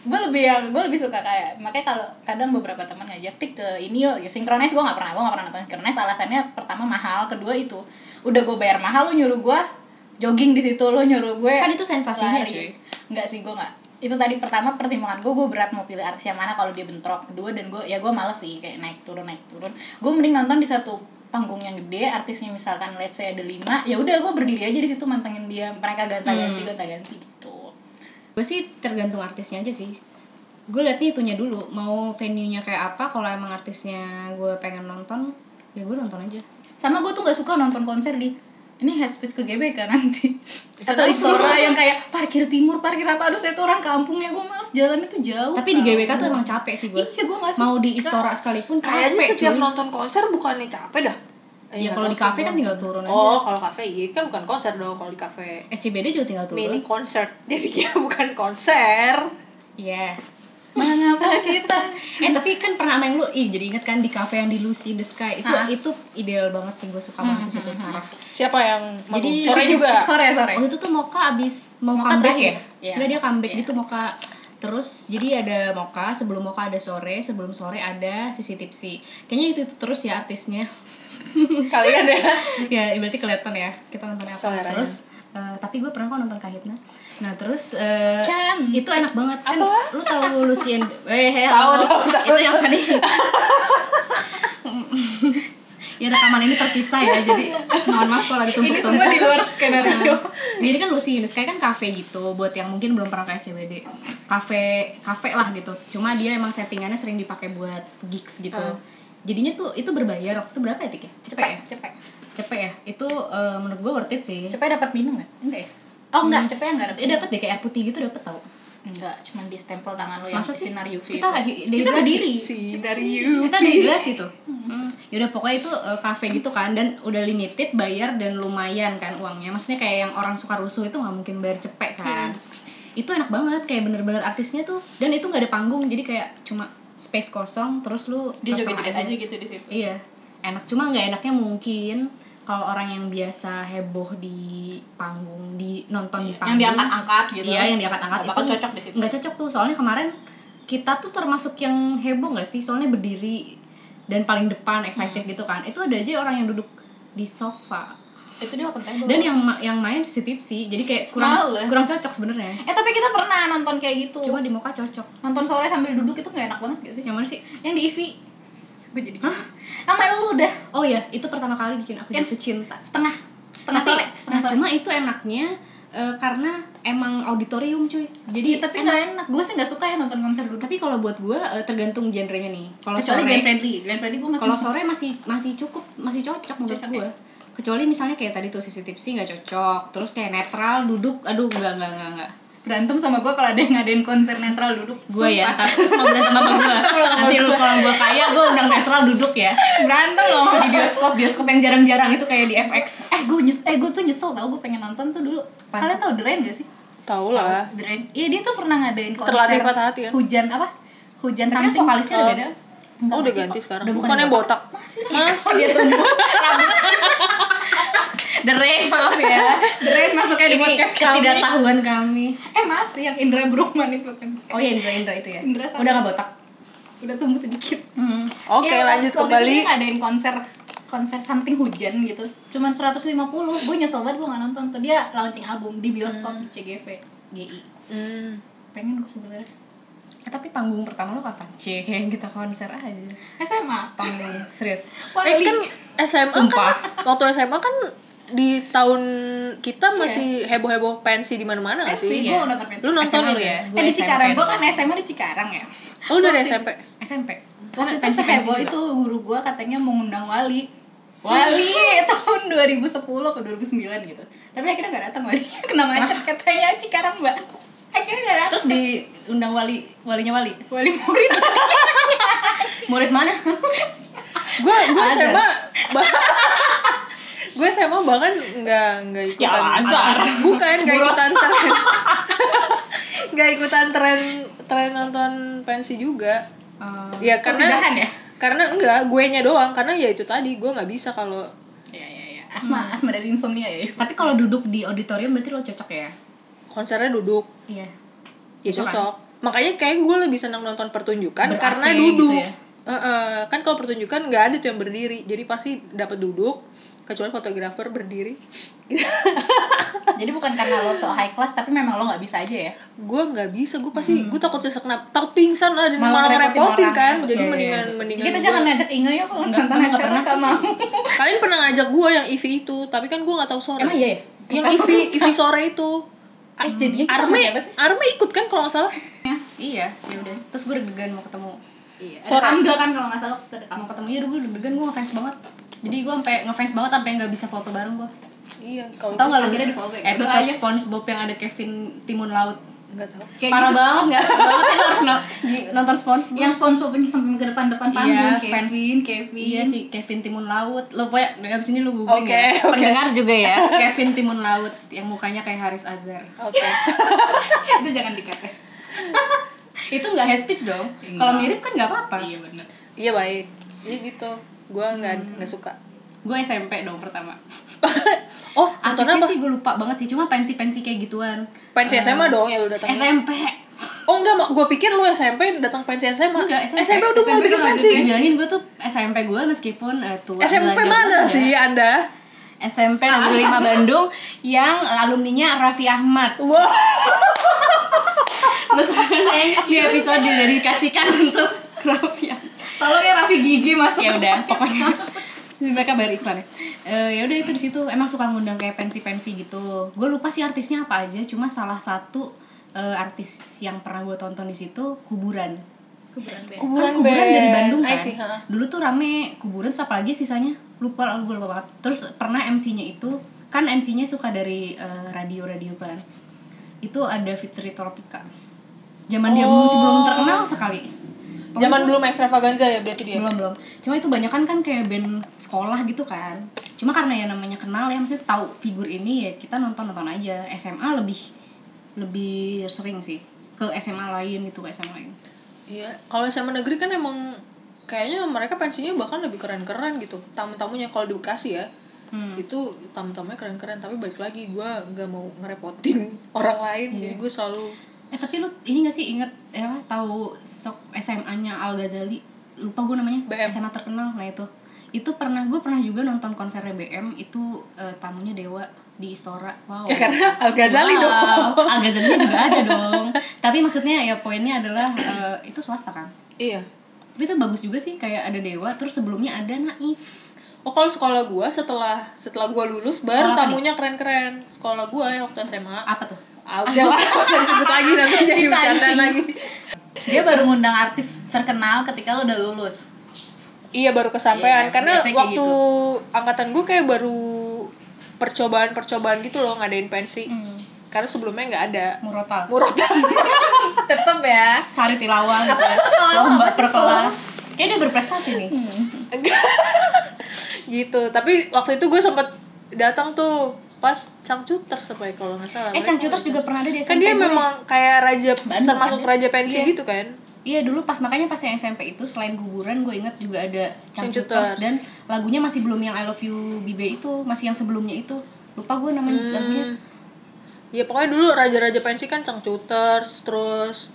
gue lebih yang gue lebih suka kayak makanya kalau kadang beberapa teman ngajak tik ke ini yuk ya synchronize gue nggak pernah gue nggak pernah nonton synchronize alasannya pertama mahal kedua itu udah gue bayar mahal lo nyuruh gue jogging di situ lo nyuruh gue
kan itu sensasinya
lari
cuy
nggak sih gue nggak itu tadi pertama pertimbangan gue gue berat mau pilih artis yang mana kalau dia bentrok kedua dan gue ya gue males sih kayak naik turun naik turun gue mending nonton di satu panggung yang gede artisnya misalkan let's say ada lima ya udah gue berdiri aja di situ mantengin dia mereka
Hmm.
gonta-ganti gonta-ganti gitu
gue sih tergantung artisnya aja sih gue liatnya itunya dulu mau venue nya kayak apa kalau emang artisnya gue pengen nonton ya gue nonton aja
sama gue tuh nggak suka nonton konser di ini head speech ke GBK nanti atau Istora yang kayak parkir timur parkir apa aduh saya tuh orang kampung ya gue males jalannya tuh jauh
tapi di GWK tuh emang capek sih gue
Oh, iya gue nggak suka
mau di Istora sekalipun capek
Kayaknya setiap
cuy.
nonton konser bukannya capek dah. Eh,
ya
nggak
kalau
tahu
di kafe
sih
kan
gua.
tinggal turun aja
Oh, kalau kafe iya kan bukan konser dong kalau di kafe.
SCBD juga tinggal turun
Mini konser. Jadi ya bukan konser.
Iya.
mengapa kita
Eh tapi kan pernah main lu, ih jadi inget kan di kafe yang di Lucy the Sky itu
Hah?
itu ideal banget sih gue suka banget di situ parah.
Siapa yang
Jadi
manggung? sore juga.
sore sore
Waktu itu tuh Moka abis mau
Moka
comeback
terakhir?
ya?
Iya.
Enggak dia comeback
Iya.
gitu Moka Terus jadi ada Moka, sebelum Moka ada sore, sebelum sore ada Sisi Tipsi Kayaknya itu, itu terus ya artisnya
kalian ya
ya berarti kelihatan ya kita nonton apa
Seleranya.
terus eh, tapi gue pernah kok nonton Kahitna nah terus eh,
Can.
itu enak banget kan lu tahu Lucien eh eh,
Tahu,
lu.
tahu, tahu.
itu yang tadi ya rekaman ini terpisah ya jadi mohon maaf kalau
ini semua
ditumpuk-tumpuk
di luar skenario
jadi kan Lucy Yunus kayak kan kafe gitu buat yang mungkin belum pernah ke SCBD kafe kafe lah gitu cuma dia emang settingannya sering dipakai buat gigs gitu jadinya tuh itu berbayar waktu itu berapa ya Tik ya cepet ya
Ah. cepet cepet
cepet ya itu eh, menurut gue worth it sih
cepet dapat minum nggak enggak ya oh enggak cepet nggak dapat
dia Hmm. Ya, dapat deh kayak air putih gitu dapat tau
enggak cuma di gitu. stempel tangan lo Oh, yang
masa sih
sinar UV
kita kan
itu.
hi- dehidrasi.
Kita berdiri.
sinar you
kita dehidrasi tuh hmm. yaudah pokoknya itu eh, kafe gitu kan dan udah limited bayar dan lumayan kan uangnya maksudnya kayak yang orang suka rusuh itu nggak mungkin bayar cepet kan
Iya.
itu enak banget kayak bener-bener artisnya tuh dan itu nggak ada panggung jadi kayak cuma space kosong terus lu
dia
kosong
joget-joget aja gitu di situ
Iya, enak. Cuma nggak enaknya mungkin kalau orang yang biasa heboh di panggung, di nonton
Iya,
di
yang
panggung.
diangkat-angkat gitu
Iya, yang diangkat-angkat
Nggak bakal cocok di situ
Nggak cocok tuh, soalnya kemarin kita tuh termasuk yang heboh nggak sih? Soalnya berdiri dan paling depan
Hmm.
excited gitu kan. Itu ada aja orang yang duduk di sofa.
itu dia open table
Dan yang ma- yang main si tipsi, jadi kayak kurang
Hmm. Males.
kurang cocok sebenarnya.
eh tapi kita pernah nonton kayak gitu
Cuma di Moka cocok.
nonton sore sambil duduk itu nggak enak banget gitu sih
Yang mana sih?
yang di IV gue jadi sama lu udah
Oh ya, itu pertama kali bikin aku
Yang
jadi cinta.
setengah setengah
Tapi,
sore setengah
nah,
sore
cuma itu enaknya eh, karena emang auditorium cuy. Jadi
Iya, tapi nggak enak gue sih nggak suka ya nonton konser duduk
tapi kalau buat gue eh, tergantung genrenya nih. Kalau
kecuali
sore
Glenn Fredly Glenn Fredly gue masih
kalau sore masih masih cukup masih cocok menurut
Cocok ya?
gue. Kecuali misalnya kayak tadi tuh sisi tipsi nggak cocok, terus kayak netral duduk, aduh enggak enggak enggak enggak.
berantem sama gue kalau ada yang ngadain konser netral duduk
Gue ya,
Sumpah.
tapi semua berantem sama gue. Nanti lu kalau gue kaya, gue undang netral duduk ya.
berantem loh
Di bioskop, bioskop yang jarang-jarang itu kayak di FX.
eh gue nyes eh gue tuh nyesel tau gue pengen nonton tuh dulu kalian tau The Rain gak sih
tau lah
The Rain iya dia tuh pernah ngadain konser
Terlatih patah hati kan?
hujan apa hujan
Tapi kan
something Oh,
vokalisnya udah beda.
Enggak,
Oh, udah
masih
ganti
kok.
sekarang
Udah bukan Iya.
bukan yang botak
masih lah
masih
dia tumbuh Dere, maaf ya.
The Rain masuknya di
Ini
podcast kami
ketidaktahuan kami.
eh masih yang Indra Bruckman itu kan
Oh ya Indra Indra Hmm. itu ya.
Indra sama-
Udah nggak botak.
udah tumbuh sedikit
oke
Iya,
lanjut
waktu itu
kembali
dia ngadain konser konser something hujan gitu cuman 150 gue nyesel banget gue gak nonton tuh dia launching album di bioskop di CGV GI
Hmm.
pengen gue sebenarnya
Eh, tapi panggung pertama lu kapan? Cie, kayak kita konser aja.
SMA
Panggung serius.
eh kan SMA
Sumpah.
kan waktu SMA kan di tahun kita masih heboh-heboh pensi di mana-mana gak sih?
sih gue
iya.
udah terpensi
Lu nonton
SMA lu
itu?
ya?
eh di
Gua SMP
Cikarang gue
dong.
kan SMA di Cikarang ya
Oh, lu dari SMP.
SMP.
waktu itu
Pensi-pensi
seheboh
juga.
itu guru gue katanya mau ngundang Wali Wali tahun 2010 ke 2009 gitu tapi akhirnya gak datang Wali kena macet katanya Cikarang mbak akhirnya gak datang
Terus diundang wali, walinya wali.
Wali murid
Murid mana?
Gue gue
Ada.
SMA gue SMA bahkan nggak nggak
Ya,
ikutan
Lazar.
bukan nggak ikutan tren nggak ikutan tren tren nonton pensi juga
Eh,
ya karena
Sudahan ya
karena enggak gue nya doang karena ya itu tadi gue nggak bisa kalau
Iya iya iya. Asma asma dari insomnia ya.
tapi kalau duduk di auditorium berarti lo cocok ya?
konsernya duduk
Iya.
ya
Cocok
cocok, makanya kayak gue lebih senang nonton pertunjukan
Ber-AC
karena
gitu
duduk
ya?
Heeh. kan kalau pertunjukan nggak ada tuh yang berdiri jadi pasti dapat duduk kecuali fotografer berdiri
Jadi bukan karena lo so high class tapi memang lo nggak bisa aja ya.
gue nggak bisa gue pasti gue takut sesak nap takut pingsan lah dan
Malah
malah
ngerepotin
ngerepotin
orang.
kan
Iya,
jadi
iya,
mendingan
iya.
mendingan
Kita
gua-
jangan ngajak Inge ya kalau nonton
nggak
acara
pernah
nggak mau.
kalian pernah ngajak gue yang IV itu tapi kan gue nggak tahu sore
Emang iya ya?
yang IV IV sore itu
Eh jadinya kita sama
Arme
siapa sih?
Arme ikut kan kalau nggak salah
Iya.
Ya udah.
Terus gue deg-degan mau ketemu
Iya. Ada
Sore.
Kamga kan kalau nggak salah kita ada
mau
Kamga.
ketemu ya dulu deg-degan gue ngefans banget jadi gue sampai ngefans banget sampai nggak bisa foto bareng gue
iya kalau
tau nggak lo kira
Akhirnya
di
di-follow ya?
episode
Doanya.
SpongeBob yang ada Kevin timun laut
nggak tahu
Kayak
parah
gitu.
banget nggak banget ya lo harus no- di- nonton SpongeBob
Yang sponsor punya sampai ke depan depan panggung
Iya, fans.
Kevin, Kevin.
Iya sih, Kevin Timun Laut. Lo pokoknya dari abis ini lo googling
Hmm. Oke,
ya.
oke.
Pendengar juga ya, Kevin Timun Laut yang mukanya kayak Haris Azhar.
oke
itu jangan ya. dikata.
Itu nggak head speech dong.
Iya.
Kalau mirip kan nggak apa-apa.
Iya benar.
iya baik iya gitu gue nggak nggak suka
Gue SMP dong pertama.
oh nonton
Artisnya
apa
sih gue lupa banget sih, cuma pensi-pensi kayak gituan.
pensi SMA dong ya lu datang
SMP.
Oh enggak, mak. Gue pikir lu SMP datang pensi SMA.
Enggak,
SMP, udah mulai bikin pensi.
Gue bilangin gue tuh SMP gue meskipun eh, tua
SMP
bilang
mana
jago,
sih Ah.
ya.
Anda?
SMP Negeri 5 Bandung yang alumninya Raffi Ahmad.
Wah,
Meskipun di episode didedikasikan untuk Raffi Ahmad.
Tolong ya Raffi Gigi masuk.
ya udah pokoknya mereka bayar iklan ya Eh, ya udah itu di situ emang suka ngundang kayak pensi-pensi gitu gue lupa sih artisnya apa aja cuma salah satu eh, artis yang pernah gue tonton di situ kuburan
Kuburan band.
Kan
kuburan
kuburan
band.
dari Bandung kan
I see, ha.
dulu tuh rame kuburan terus apalagi sisanya lupa lah, gue lupa banget terus pernah MC-nya itu kan MC-nya suka dari eh, radio-radio kan itu ada Fitri Tropika zaman dia
Oh.
sebelum terkenal sekali Pokoknya
Zaman belum extravaganza ya berarti dia.
belum belum cuma itu banyak kan kayak band sekolah gitu kan cuma karena ya namanya kenal ya maksudnya tahu figur ini ya kita nonton nonton aja SMA lebih lebih sering sih ke SMA lain gitu ke SMA lain
Iya, kalau SMA negeri kan emang kayaknya mereka pensinya bahkan lebih keren-keren gitu. Tamu-tamunya kalau di Bekasi ya.
Hmm.
Itu tamu-tamunya keren-keren, tapi balik lagi gua nggak mau ngerepotin orang lain. Jadi gue selalu
eh tapi lu ini gak sih inget ya apa, tahu sok SMA nya Al Ghazali lupa gue namanya
BM.
SMA terkenal nah itu itu pernah gue pernah juga nonton konser BM itu eh, tamunya Dewa di Istora wow
ya karena Al Ghazali dong.
Wow, Al Ghazalinya Eh, juga ada dong. Tapi maksudnya ya poinnya adalah eh, itu swasta kan.
Iya.
Tapi itu bagus juga sih kayak ada Dewa terus sebelumnya ada Naif.
Oh kalau sekolah gua setelah setelah gua lulus baru
Sekolah apa
tamunya keren-keren. Sekolah gua yang waktu SMA.
Apa tuh?
Ah, udah lah, nggak usah disebut lagi nanti jadi bercandaan lagi.
Dia baru ngundang artis terkenal ketika lo udah lulus.
Iya baru
Iya,
kesampaian karena
biasanya kayak gitu.
waktu angkatan gue kayak baru percobaan-percobaan gitu loh ngadain pensi.
Hmm.
Karena sebelumnya nggak ada.
Murotal.
Murotal.
Tetep ya.
Sari Tilawah gitu ya. Lomba per kelas. Kayaknya dia berprestasi nih.
Hmm. gitu. Tapi waktu itu gue sempet datang tuh pas Cangcuter tersebaik kalau nggak salah.
Eh Cang Cuters juga pernah ada di
kan
SMP.
dia
gue.
memang kayak raja
Bandung
termasuk
ada.
raja pensi gitu kan.
Iya dulu pas makanya pas yang SMP itu selain kuburan gue inget juga ada Cang
Cang
Cuters
Cuters.
dan lagunya masih belum yang I Love You Bibe itu masih yang sebelumnya itu lupa gue namanya
Hmm.
lagunya
Ya pokoknya dulu raja-raja pensi kan Cangcuter, terus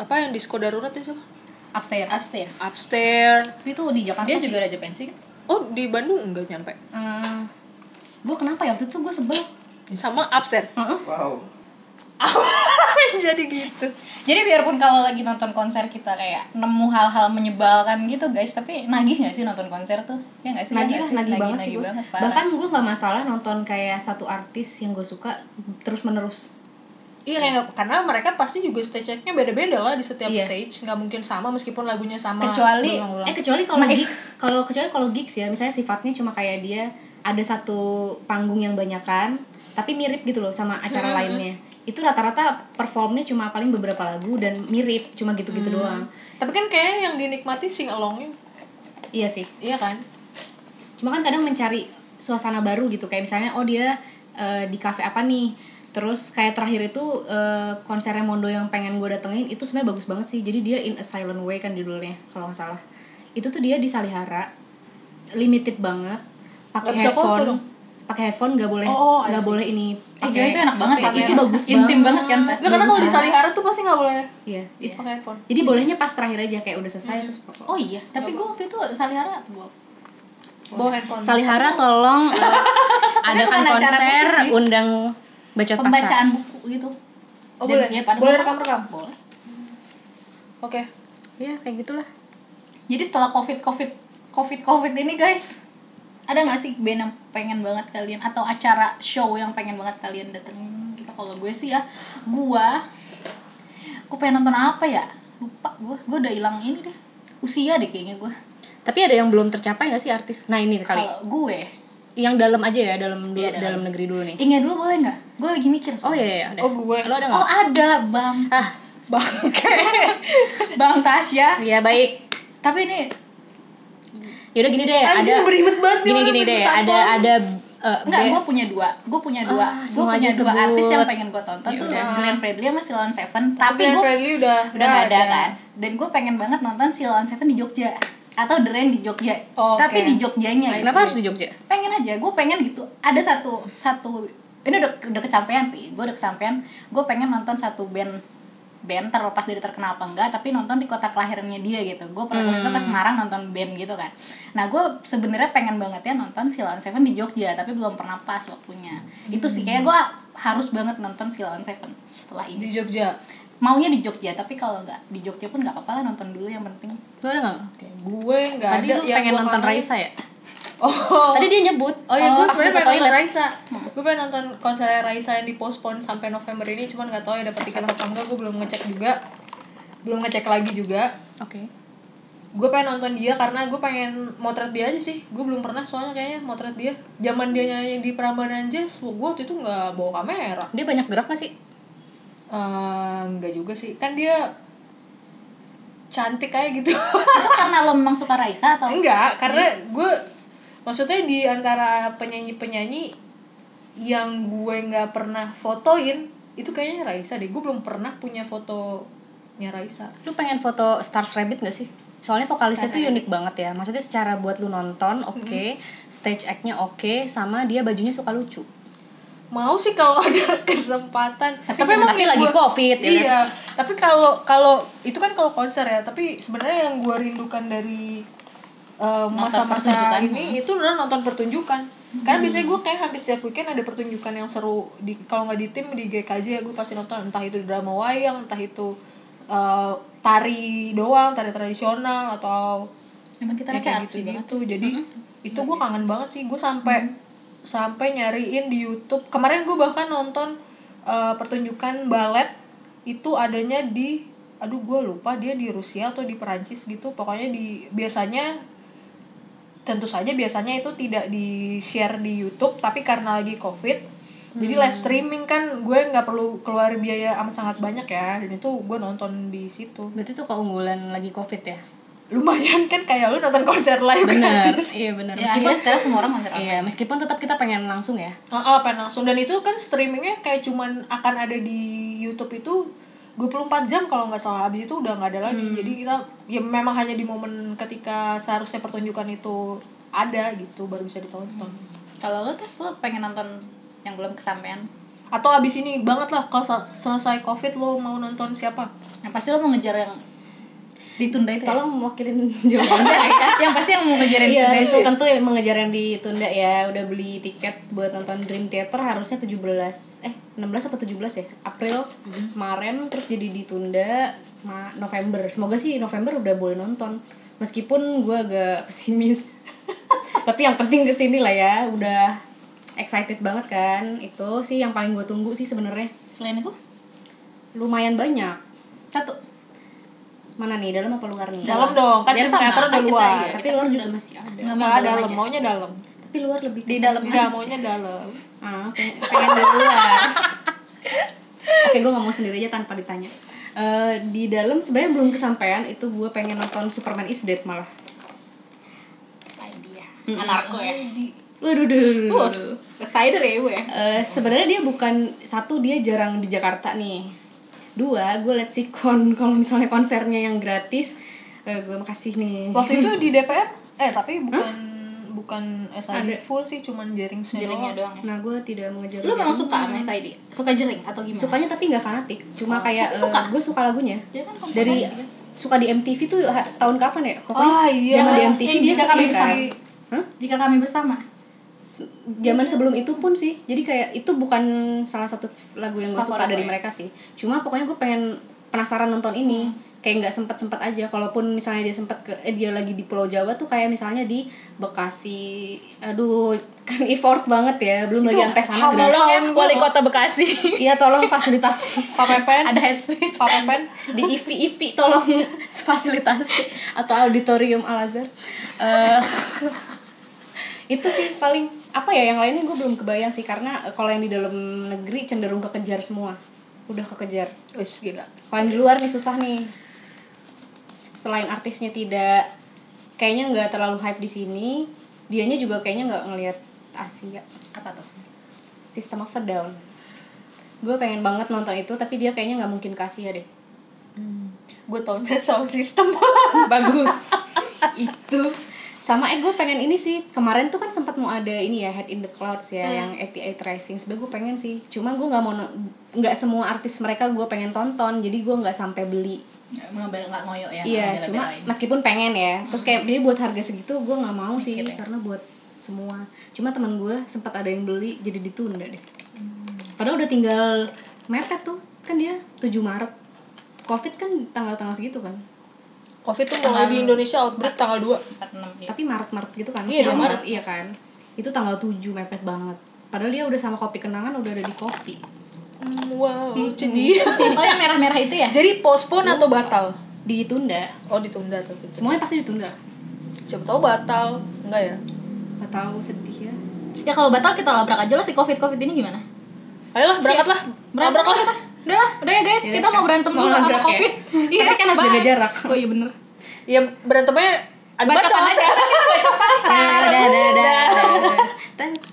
apa yang disco darurat ya siapa?
Upstairs.
Upstairs.
Upstairs.
Tapi itu di Jakarta
Dia
sih.
juga raja pensi kan?
Oh di Bandung nggak nyampe.
gue kenapa ya waktu itu gue sebel
Sama upstairs.
Wow.
jadi gitu
Jadi biarpun kalau lagi nonton konser kita kayak nemu hal-hal menyebalkan gitu guys, tapi nagih nggak sih nonton konser tuh? Ya nggak sih? Ya
nagih
nggak
lah
sih?
nagih banget sih
nagih
gue
banget, parah.
bahkan gue nggak masalah nonton kayak satu artis yang gue suka terus menerus
iya kayak- karena mereka pasti juga stage nya beda-beda lah di setiap
Iya.
stage nggak mungkin sama meskipun lagunya sama
kecuali
eh kecuali kalau gigs kalau kecuali kalau gigs ya misalnya sifatnya cuma kayak dia ada satu panggung yang banyakan tapi mirip gitu loh sama acara lainnya itu rata-rata performnya cuma paling beberapa lagu dan mirip cuma
Mm.
gitu-gitu doang
tapi kan kayaknya yang dinikmati sing alongnya
iya sih
iya kan
cuma kan kadang mencari suasana baru gitu kayak misalnya oh dia eh, di kafe apa nih terus kayak terakhir itu eh, konsernya Mondo yang pengen gue datengin itu sebenarnya bagus banget sih jadi dia in a silent way kan judulnya kalau nggak salah itu tuh dia di Salihara limited banget pakai
Nggak bisa foto
headphone
dong?
pakai headphone nggak boleh
Oh, I
nggak
see.
boleh ini
Eh, gila
pakai-
itu enak banget ya.
itu
Kayak
bagus
intim banget kan pasti.
Nggak, Iya, karena
Bagus
kalau di
banget.
salihara tuh pasti nggak boleh
iya
Iya.
pakai handphone
jadi bolehnya pas terakhir aja kayak udah selesai terus pokok
Oh iya, tapi gue waktu itu Salihara gue
bawa handphone
Salihara tolong eh, adakan
bukan acara
konser
musik sih.
undang bacot pasar.
pembacaan buku gitu.
oh
Dan-
boleh
ya, pada
boleh
makan.
rekam rekam
Boleh.
oke
Ya kayak gitulah.
Jadi setelah covid covid covid covid ini guys, ada nggak sih band yang pengen banget kalian atau acara show yang pengen banget kalian datengin? Kita kalau gue sih ya, gua, gue pengen nonton apa ya? Lupa gue, gue udah hilang ini deh. Usia deh kayaknya gue.
Tapi ada yang belum tercapai gak sih artis? Nah ini kali.
Kalau gue,
Yang dalam aja ya, dalam dulu-
Iya,
dalam.
dalam.
negeri dulu nih.
ingat dulu boleh nggak? Gue lagi mikir
Oh
soalnya.
iya iya. ada.
oh gue
Lo ada
Oh
nggak?
ada bang,
Ah,
bangke
bang Tasya.
iya baik.
Tapi ini
Yaudah gini deh, ada
anjing beribet banget nih
gini
orang
gini
beribet
deh,
tampol.
ada ada eh,
Enggak,
be-
gue punya dua. Gue punya dua.
Ah,
gue
semua
punya
aja
dua
sebut. Iya,
artis yang pengen gue tonton tuh
Yaudah.
Glenn Fredly sama Silon Seven.
tapi
Tapi
yang
gue
friendly udah
udah gak ada kan. Dan gue pengen banget nonton Silon Seven di Jogja atau The Rain di Jogja.
Oke.
Tapi di Jogjanya. gitu.
Kenapa harus di Jogja?
Pengen aja. Gue pengen gitu. Ada satu satu ini udah udah kesampaian sih. Gue udah kesampaian. Gue pengen nonton satu band band terlepas dari terkenal apa enggak tapi nonton di kota kelahirannya dia gitu gue pernah waktu itu ke Semarang nonton band gitu kan nah gue sebenarnya pengen banget ya nonton Silent Seven di Jogja tapi belum pernah pas waktunya itu sih kayak gue harus banget nonton Silent Seven setelah
di
ini
Jogja
maunya di Jogja tapi kalau nggak di Jogja pun nggak apa-apa lah nonton dulu yang penting
Lu ada nggak?
gue nggak ada
Tadi lu
yang
pengen
gua
nonton
kangenin.
Raisa ya?
oh
Tadi dia nyebut.
Oh iya,
Oh, pas
gue
lu
sebenarnya
ke
pengen nonton
toilet. Hmm.
Raisa. Gue pengen nonton konsernya Raisa yang dipospon sampai November ini, cuman nggak tahu ya dapat tiket apa enggak. Gue belum ngecek juga, belum ngecek lagi juga.
Oke.
Gue pengen nonton dia karena gue pengen motret dia aja sih. Gue belum pernah soalnya kayaknya motret dia. Zaman dia nyanyi di Prambanan Jazz, gue waktu itu nggak bawa kamera.
Dia banyak gerak gak sih?
Eh, nggak juga sih, kan dia cantik kayak gitu.
itu karena lo memang suka Raisa atau
Enggak, karena gue maksudnya di antara penyanyi-penyanyi yang gue nggak pernah fotoin itu kayaknya Raisa deh. Gue belum pernah punya fotonya Raisa.
Lu pengen foto Stars Rabbit gak sih? Soalnya vokalisnya tuh unik banget ya. Maksudnya secara buat lu nonton, oke, stage act-nya oke, sama dia bajunya suka lucu.
Mau sih kalau ada kesempatan.
Tapi
emang
tapi
yang
lagi
gue-
Covid ya,
Iya.
guys.
Tapi kalau kalau itu kan kalau konser ya. Tapi sebenarnya yang gue rindukan dari eh, masa-masa
pertunjukan.
ini itu adalah nonton pertunjukan.
Hmm.
Karena biasanya gue kayak hampir setiap weekend ada pertunjukan yang seru di kalau nggak di tim di GKJ ya gue pasti nonton entah itu drama wayang, entah itu eh, tari doang, tari tradisional atau
emang kita
ya,
kayak
kayak
artsy
gitu
banget
gitu jadi itu gue kangen banget sih gue sampai sampai nyariin di YouTube kemarin gue bahkan nonton eh, pertunjukan balet itu adanya di aduh gue lupa dia di Rusia atau di Perancis gitu pokoknya di biasanya tentu saja biasanya itu tidak di share di YouTube tapi karena lagi covid jadi
Hmm.
live streaming kan gue nggak perlu keluar biaya amat sangat banyak ya dan itu gue nonton di situ
Berarti itu keunggulan lagi Covid ya?
lumayan kan kayak lu nonton konser live kan?
Benar.
gratis
iya, benar.
ya akhirnya sekarang semua orang ngasih
Iya, meskipun tetap kita pengen langsung ya.
Ah, ah, pengen langsung dan itu kan streamingnya kayak cuman akan ada di YouTube itu 24 jam kalau nggak salah habis itu udah nggak ada lagi
Hmm.
jadi kita ya memang hanya di momen ketika seharusnya pertunjukan itu ada gitu baru bisa ditonton
Hmm.
kalau lo tes lo pengen nonton yang belum kesampaian
atau abis ini banget lah kalau sel- selesai covid lo mau nonton siapa
yang pasti lo mau ngejar yang ditunda itu ya?
Tolong mewakilin jawaban saya. ya.
yang pasti yang mau ngejar yang ditunda
Iya. Iya,
itu ya?
tentu, tentu yang mengejar yang ditunda ya. Udah beli tiket buat nonton Dream Theater harusnya 17 eh 16 apa 17 ya? April kemarin terus jadi ditunda Ma- November. Semoga sih November udah boleh nonton. Meskipun gue agak pesimis. Tapi yang penting kesini lah ya, udah excited banget kan. Itu sih yang paling gue tunggu sih sebenarnya.
selain itu
Lumayan banyak.
satu
Mana nih, dalam apa luar nih?
dalam dong kan
Biar
Dream
sama,
Theater
kan
udah
kita
luar
iya.
Tapi luar juga masih
nggak
ada.
mau
nggak
dalam
dalam
aja.
maunya dalam
Tapi luar lebih
di dalam
nggak maunya dalam
Ah, pengen, pengen di luar. Oke, gue ngomong sendiri aja tanpa ditanya. Eh, di dalam sebenarnya belum kesampaian itu gue pengen nonton Superman is Dead malah.
idea anarko ya
Waduh, duh, duh, duh, duh, duh.
outsider ya gue ya
Eh, sebenarnya dia bukan satu dia jarang di Jakarta nih. Dua, gue liat si kon kalau misalnya konsernya yang gratis, eh, gue makasih nih.
waktu itu di DPR eh tapi bukan bukan SID
Ada.
full sih cuman jaring
jeringnya
semua
doang ya
Nah, gue tidak mengejar.
lo memang suka sama idea suka jering atau gimana
Sukanya tapi nggak fanatik, cuma kayak
tapi suka.
gue suka lagunya.
Dia kan komponen
Dari
juga.
suka di MTV tuh ha- tahun kapan ya? Pokoknya
Ah iya.
zaman di
Yang
MTV dia
jika
sendiri
kami
kan.
sendiri.
Hah?
jika kami bersama
Se- Zaman sebelum itu pun sih. Jadi kayak itu bukan salah satu f- lagu yang gue
Favorit
suka
lo
dari
ya?
mereka sih. Cuma pokoknya gue pengen penasaran nonton ini. Kayak nggak sempet sempet aja. Kalaupun misalnya dia sempet ke eh, dia lagi di Pulau Jawa tuh kayak misalnya di Bekasi. Aduh kan effort banget ya. Belum lagi sampai sana.
Tolong
kenapa?
ya, wali kota Bekasi.
Iya tolong fasilitasi
Pak Pepen.
ada headspace
Pak Pepen.
di IVI IVI tolong fasilitasi atau auditorium Al Azhar. Eh, itu sih paling apa ya yang lainnya gue belum kebayang sih karena eh, kalau yang di dalam negeri cenderung kekejar semua, udah kekejar.
Wis gila.
Kalau yang di luar nih susah nih. Selain artisnya tidak, kayaknya nggak terlalu hype di sini, dianya juga kayaknya nggak ngelihat Asia.
apa tuh
System of a Down. Gue pengen banget nonton itu tapi dia kayaknya nggak mungkin kasih ya deh.
Gue taunya sound system.
bagus itu sama eh gue pengen ini sih kemarin tuh kan sempat mau ada ini ya head in the clouds ya yang ATA tracing sebenernya gue pengen sih cuma gue nggak mau ne- nggak semua artis mereka gue pengen tonton jadi gue nggak sampai beli
ngebel nggak ngoyo ya
iya
ngebela-belain.
cuma meskipun pengen ya terus kayak dia buat harga segitu gue nggak mau sih
Dikit ya.
karena buat semua cuma teman gue sempat ada yang beli jadi ditunda deh padahal udah tinggal mepet tuh kan dia 7 Maret covid kan tanggal-tanggal segitu kan
Covid tuh mulai di Indonesia outbreak tanggal 2
empat enam ya.
tapi Maret-Maret gitu kan
Iya,
Maksudnya
dong, Maret.
iya kan itu tanggal 7 mepet banget padahal dia udah sama kopi kenangan udah ada di kopi
Wow, Hmm, jadi
oh yang merah merah itu ya
jadi postpone atau batal?
ditunda
Oh ditunda tuh. gitu.
semuanya pasti ditunda
Siapa tahu batal, enggak ya?
gak tahu sedih ya
ya kalau batal kita labrak aja lah si covid covid ini gimana
Ayolah berangkatlah,
berantem lah kita udah lah udah ya guys kita mau berantem
Iya, Mau
dulu sama
labrak ya?
covid
Tapi kan harus jaga
bye.
jarak.
oh iya bener
Ya berantemnya ada bacot.
aja bacot pasar
ada ada ada